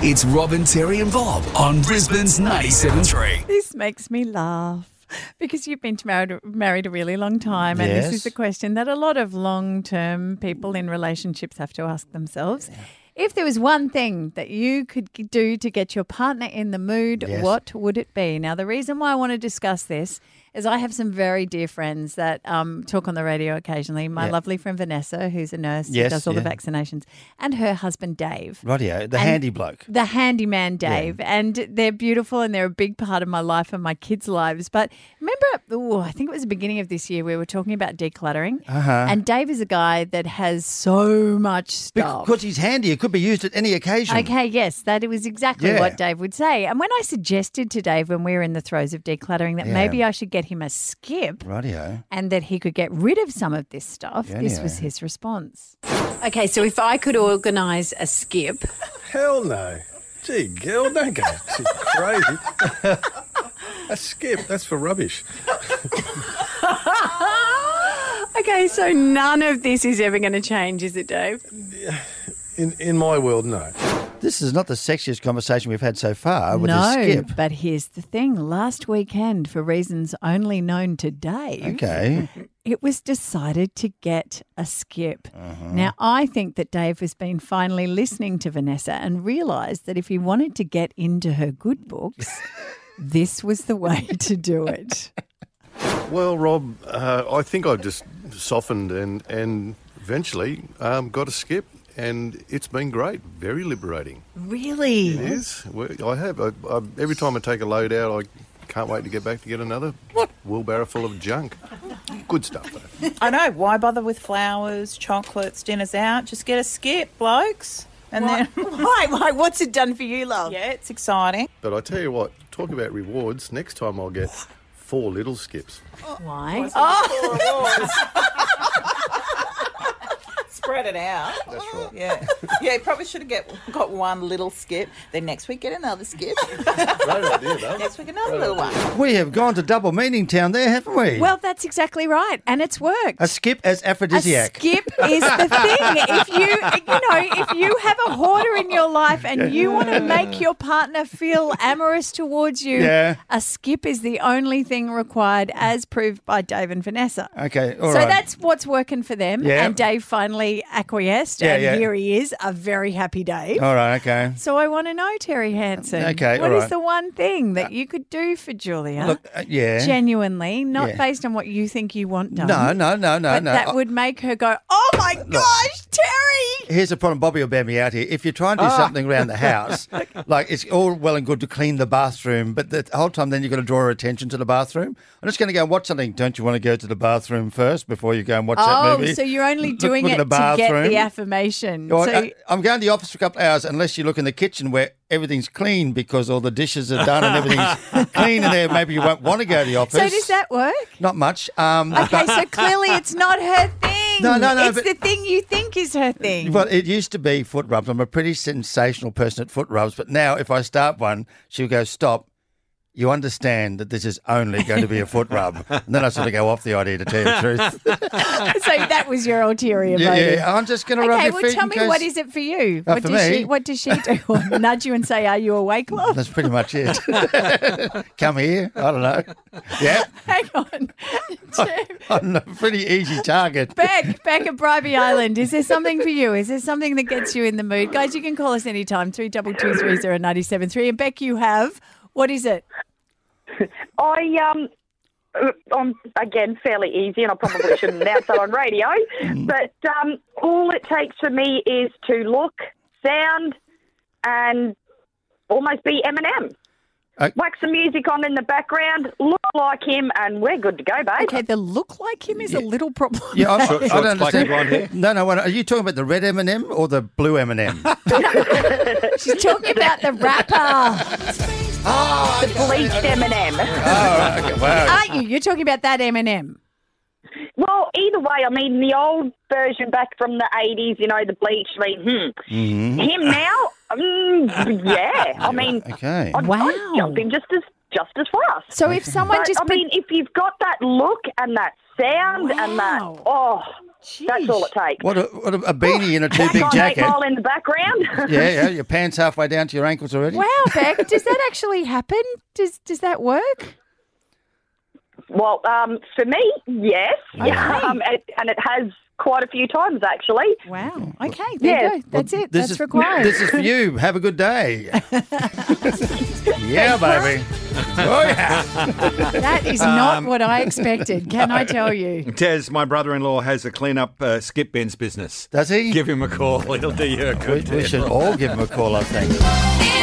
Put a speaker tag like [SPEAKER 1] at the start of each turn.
[SPEAKER 1] It's Robin, Terry, and Bob on Brisbane's 97.3.
[SPEAKER 2] This makes me laugh because you've been married, married a really long time, and this
[SPEAKER 3] Yes.
[SPEAKER 2] is a question that a lot of long term people in relationships have to ask themselves. If there was one thing that you could g- do to get your partner in the mood,
[SPEAKER 3] Yes.
[SPEAKER 2] what would it be? Now, the reason why I want to discuss this is I have some very dear friends that um, talk on the radio occasionally. My
[SPEAKER 3] Yeah.
[SPEAKER 2] lovely friend Vanessa, who's a nurse, who
[SPEAKER 3] Yes,
[SPEAKER 2] does all the
[SPEAKER 3] yeah.
[SPEAKER 2] vaccinations, and her husband Dave.
[SPEAKER 3] Rightio, the
[SPEAKER 2] And-
[SPEAKER 3] handy bloke.
[SPEAKER 2] The handyman Dave, and they're beautiful and they're a big part of my life and my kids' lives. But remember, ooh, I think it was the beginning of this year, we were talking about decluttering.
[SPEAKER 3] Uh-huh.
[SPEAKER 2] And Dave is a guy that has so much stuff.
[SPEAKER 3] Because he's handy, it could be used at any occasion.
[SPEAKER 2] Okay, yes, that it was exactly
[SPEAKER 3] Yeah.
[SPEAKER 2] what Dave would say. And when I suggested to Dave when we were in the throes of decluttering that
[SPEAKER 3] Yeah.
[SPEAKER 2] maybe I should get him a skip
[SPEAKER 3] Rightio.
[SPEAKER 2] and that he could get rid of some of this stuff,
[SPEAKER 3] Yeah,
[SPEAKER 2] this
[SPEAKER 3] yeah.
[SPEAKER 2] was his response.
[SPEAKER 4] Okay, so if I could organise a skip,
[SPEAKER 5] Hell no. Gee, girl, don't go too crazy. a skip, that's for rubbish.
[SPEAKER 4] Ah! okay, so none of this is ever going to change, is it, Dave?
[SPEAKER 5] In in my world, no.
[SPEAKER 3] This is not the sexiest conversation we've had so far with
[SPEAKER 2] no,
[SPEAKER 3] a skip.
[SPEAKER 2] but here's the thing. Last weekend, for reasons only known to Dave,
[SPEAKER 3] Okay.
[SPEAKER 2] it was decided to get a skip.
[SPEAKER 3] Uh-huh.
[SPEAKER 2] Now, I think that Dave has been finally listening to Vanessa and realised that if he wanted to get into her good books, this was the way to do it.
[SPEAKER 5] Well, Rob, uh, I think I just softened and and eventually um, got a skip, and it's been great. Very liberating.
[SPEAKER 2] Really?
[SPEAKER 5] It is. Well, I have. I, I, every time I take a load out, I can't wait to get back to get another wheelbarrow full of junk. Good stuff, though.
[SPEAKER 6] I know. Why bother with flowers, chocolates, dinners out? Just get a skip, blokes. And then,
[SPEAKER 7] Why, why? What's it done for you, love?
[SPEAKER 6] yeah, it's exciting.
[SPEAKER 5] But I tell you what, talk about rewards. Next time I'll get four little skips.
[SPEAKER 2] Why? Oh,
[SPEAKER 6] Spread it out.
[SPEAKER 5] That's right.
[SPEAKER 6] Yeah. Yeah, you probably should have get, got one little skip. Then next week, get another skip.
[SPEAKER 5] Great idea, though.
[SPEAKER 6] next week, another little one.
[SPEAKER 3] We have gone to double meaning town there, haven't we?
[SPEAKER 2] Well, that's exactly right. And it's worked.
[SPEAKER 3] a skip as aphrodisiac.
[SPEAKER 2] A skip is the thing. If you, you know, if you have a hoarder in your life and you want to make your partner feel amorous towards you,
[SPEAKER 3] Yeah.
[SPEAKER 2] a skip is the only thing required, as proved by Dave and Vanessa.
[SPEAKER 3] Okay, all
[SPEAKER 2] so
[SPEAKER 3] right.
[SPEAKER 2] that's what's working for them.
[SPEAKER 3] Yeah.
[SPEAKER 2] And Dave finally acquiesced,
[SPEAKER 3] Yeah,
[SPEAKER 2] and
[SPEAKER 3] yeah.
[SPEAKER 2] here he is, a very happy Dave.
[SPEAKER 3] All right, okay.
[SPEAKER 2] So I want to know, Terry Hansen.
[SPEAKER 3] Okay,
[SPEAKER 2] what
[SPEAKER 3] all
[SPEAKER 2] is
[SPEAKER 3] right.
[SPEAKER 2] the
[SPEAKER 3] Uh,
[SPEAKER 2] one thing that you could do for Julia?
[SPEAKER 3] Look, uh, yeah.
[SPEAKER 2] Genuinely, not
[SPEAKER 3] Yeah.
[SPEAKER 2] based on what you think you want done.
[SPEAKER 3] no, no, no, no,
[SPEAKER 2] But
[SPEAKER 3] no.
[SPEAKER 2] that
[SPEAKER 3] I-
[SPEAKER 2] would make her go, oh my gosh, Terry.
[SPEAKER 3] Here's the problem, Bobby will bear me out here. If you try and do
[SPEAKER 2] Ah.
[SPEAKER 3] something around the house, like it's all well and good to clean the bathroom, but the whole time then you've got to draw her attention to the bathroom. I'm just going to go and watch something. Don't you want to go to the bathroom first before you go and watch that
[SPEAKER 2] Oh,
[SPEAKER 3] movie?
[SPEAKER 2] so you're only
[SPEAKER 3] Look-
[SPEAKER 2] doing
[SPEAKER 3] look
[SPEAKER 2] it
[SPEAKER 3] at the
[SPEAKER 2] to get the
[SPEAKER 3] bathroom.
[SPEAKER 2] affirmation.
[SPEAKER 3] Or,
[SPEAKER 2] so,
[SPEAKER 3] uh, I'm going to the office for a couple of hours unless you look in the kitchen where everything's clean because all the dishes are done and everything's clean in there. Maybe you won't want to go to the office.
[SPEAKER 2] so does that work?
[SPEAKER 3] Not much. Um,
[SPEAKER 2] Okay, so clearly it's not her thing.
[SPEAKER 3] No, no, no,
[SPEAKER 2] It's
[SPEAKER 3] but-
[SPEAKER 2] the thing you think is her thing.
[SPEAKER 3] Well, it used to be foot rubs. I'm a pretty sensational person at foot rubs, but now if I start one, she'll go, Stop. You understand that this is only going to be a foot rub. And then I sort of go off the idea to tell you the truth.
[SPEAKER 2] so that was your ulterior
[SPEAKER 3] yeah,
[SPEAKER 2] motive.
[SPEAKER 3] yeah, I'm just going to rub
[SPEAKER 2] Okay,
[SPEAKER 3] your
[SPEAKER 2] well,
[SPEAKER 3] feet.
[SPEAKER 2] tell
[SPEAKER 3] in
[SPEAKER 2] me
[SPEAKER 3] case-
[SPEAKER 2] what is it for you?
[SPEAKER 3] Uh,
[SPEAKER 2] what
[SPEAKER 3] for
[SPEAKER 2] does
[SPEAKER 3] me?
[SPEAKER 2] she? What does she do? Or nudge you and say, "Are you awake, love?"
[SPEAKER 3] That's pretty much it. Come here. I don't know. Yeah,
[SPEAKER 2] Hang on,
[SPEAKER 3] I'm a pretty easy target.
[SPEAKER 2] back back at Bribey Island. Is there something for you? Is there something that gets you in the mood, guys? You can call us anytime three double two three zero ninety seven three. And Beck, you have what is it?
[SPEAKER 8] I um, I'm again fairly easy, and I probably shouldn't announce that on radio.
[SPEAKER 3] Mm.
[SPEAKER 8] But um, all it takes for me is to look, sound, and almost be Eminem.
[SPEAKER 3] Uh,
[SPEAKER 8] Whack some music on in the background, look like him, and we're good to go, babe.
[SPEAKER 2] Okay, the look like him is a little problem.
[SPEAKER 3] Yeah, I,
[SPEAKER 5] Short-
[SPEAKER 3] I
[SPEAKER 5] short,
[SPEAKER 3] don't understand.
[SPEAKER 5] spiky blonde hair?
[SPEAKER 3] No, no. What, are you talking about the red M&M or the blue M&M?
[SPEAKER 2] She's talking about the rapper,
[SPEAKER 8] The bleached Eminem.
[SPEAKER 3] oh, okay, wow.
[SPEAKER 2] aren't you? You're talking about that Eminem.
[SPEAKER 8] Well, either way, I mean the old version back from the '80s, you know, the bleach. I mean, hmm.
[SPEAKER 3] Mm-hmm.
[SPEAKER 8] him now, mm, yeah. I mean,
[SPEAKER 3] Okay.
[SPEAKER 8] I'd,
[SPEAKER 2] Wow.
[SPEAKER 8] I'd jump him just as just as fast.
[SPEAKER 2] So if someone
[SPEAKER 8] But,
[SPEAKER 2] just
[SPEAKER 8] I mean, if you've got that look and that sound and that,
[SPEAKER 2] Wow.
[SPEAKER 8] oh, That's all it takes.
[SPEAKER 3] What a, what a, a beanie and a two big
[SPEAKER 8] On eight
[SPEAKER 3] jacket.
[SPEAKER 8] mile in the background.
[SPEAKER 3] Yeah, yeah, your pants halfway down to your ankles already.
[SPEAKER 2] Wow, Beck, does that actually happen? Does does that work?
[SPEAKER 8] Well, um, for me, yes. Um, and, and it has quite a few times, actually.
[SPEAKER 2] Wow. Okay, there
[SPEAKER 8] Yeah.
[SPEAKER 2] you go. That's it.
[SPEAKER 3] This
[SPEAKER 2] That's
[SPEAKER 3] is,
[SPEAKER 2] required.
[SPEAKER 3] This is for you. Have a good day. yeah, baby. Oh, yeah.
[SPEAKER 2] that is not
[SPEAKER 3] Um,
[SPEAKER 2] what I expected. Can I tell you?
[SPEAKER 9] Tez, my brother-in-law has a clean-up uh, skip bins business.
[SPEAKER 3] Does he?
[SPEAKER 9] Give him a call. He'll do you a
[SPEAKER 3] we,
[SPEAKER 9] good
[SPEAKER 3] we
[SPEAKER 9] deal.
[SPEAKER 3] should all give him a call, I think.
[SPEAKER 10] It's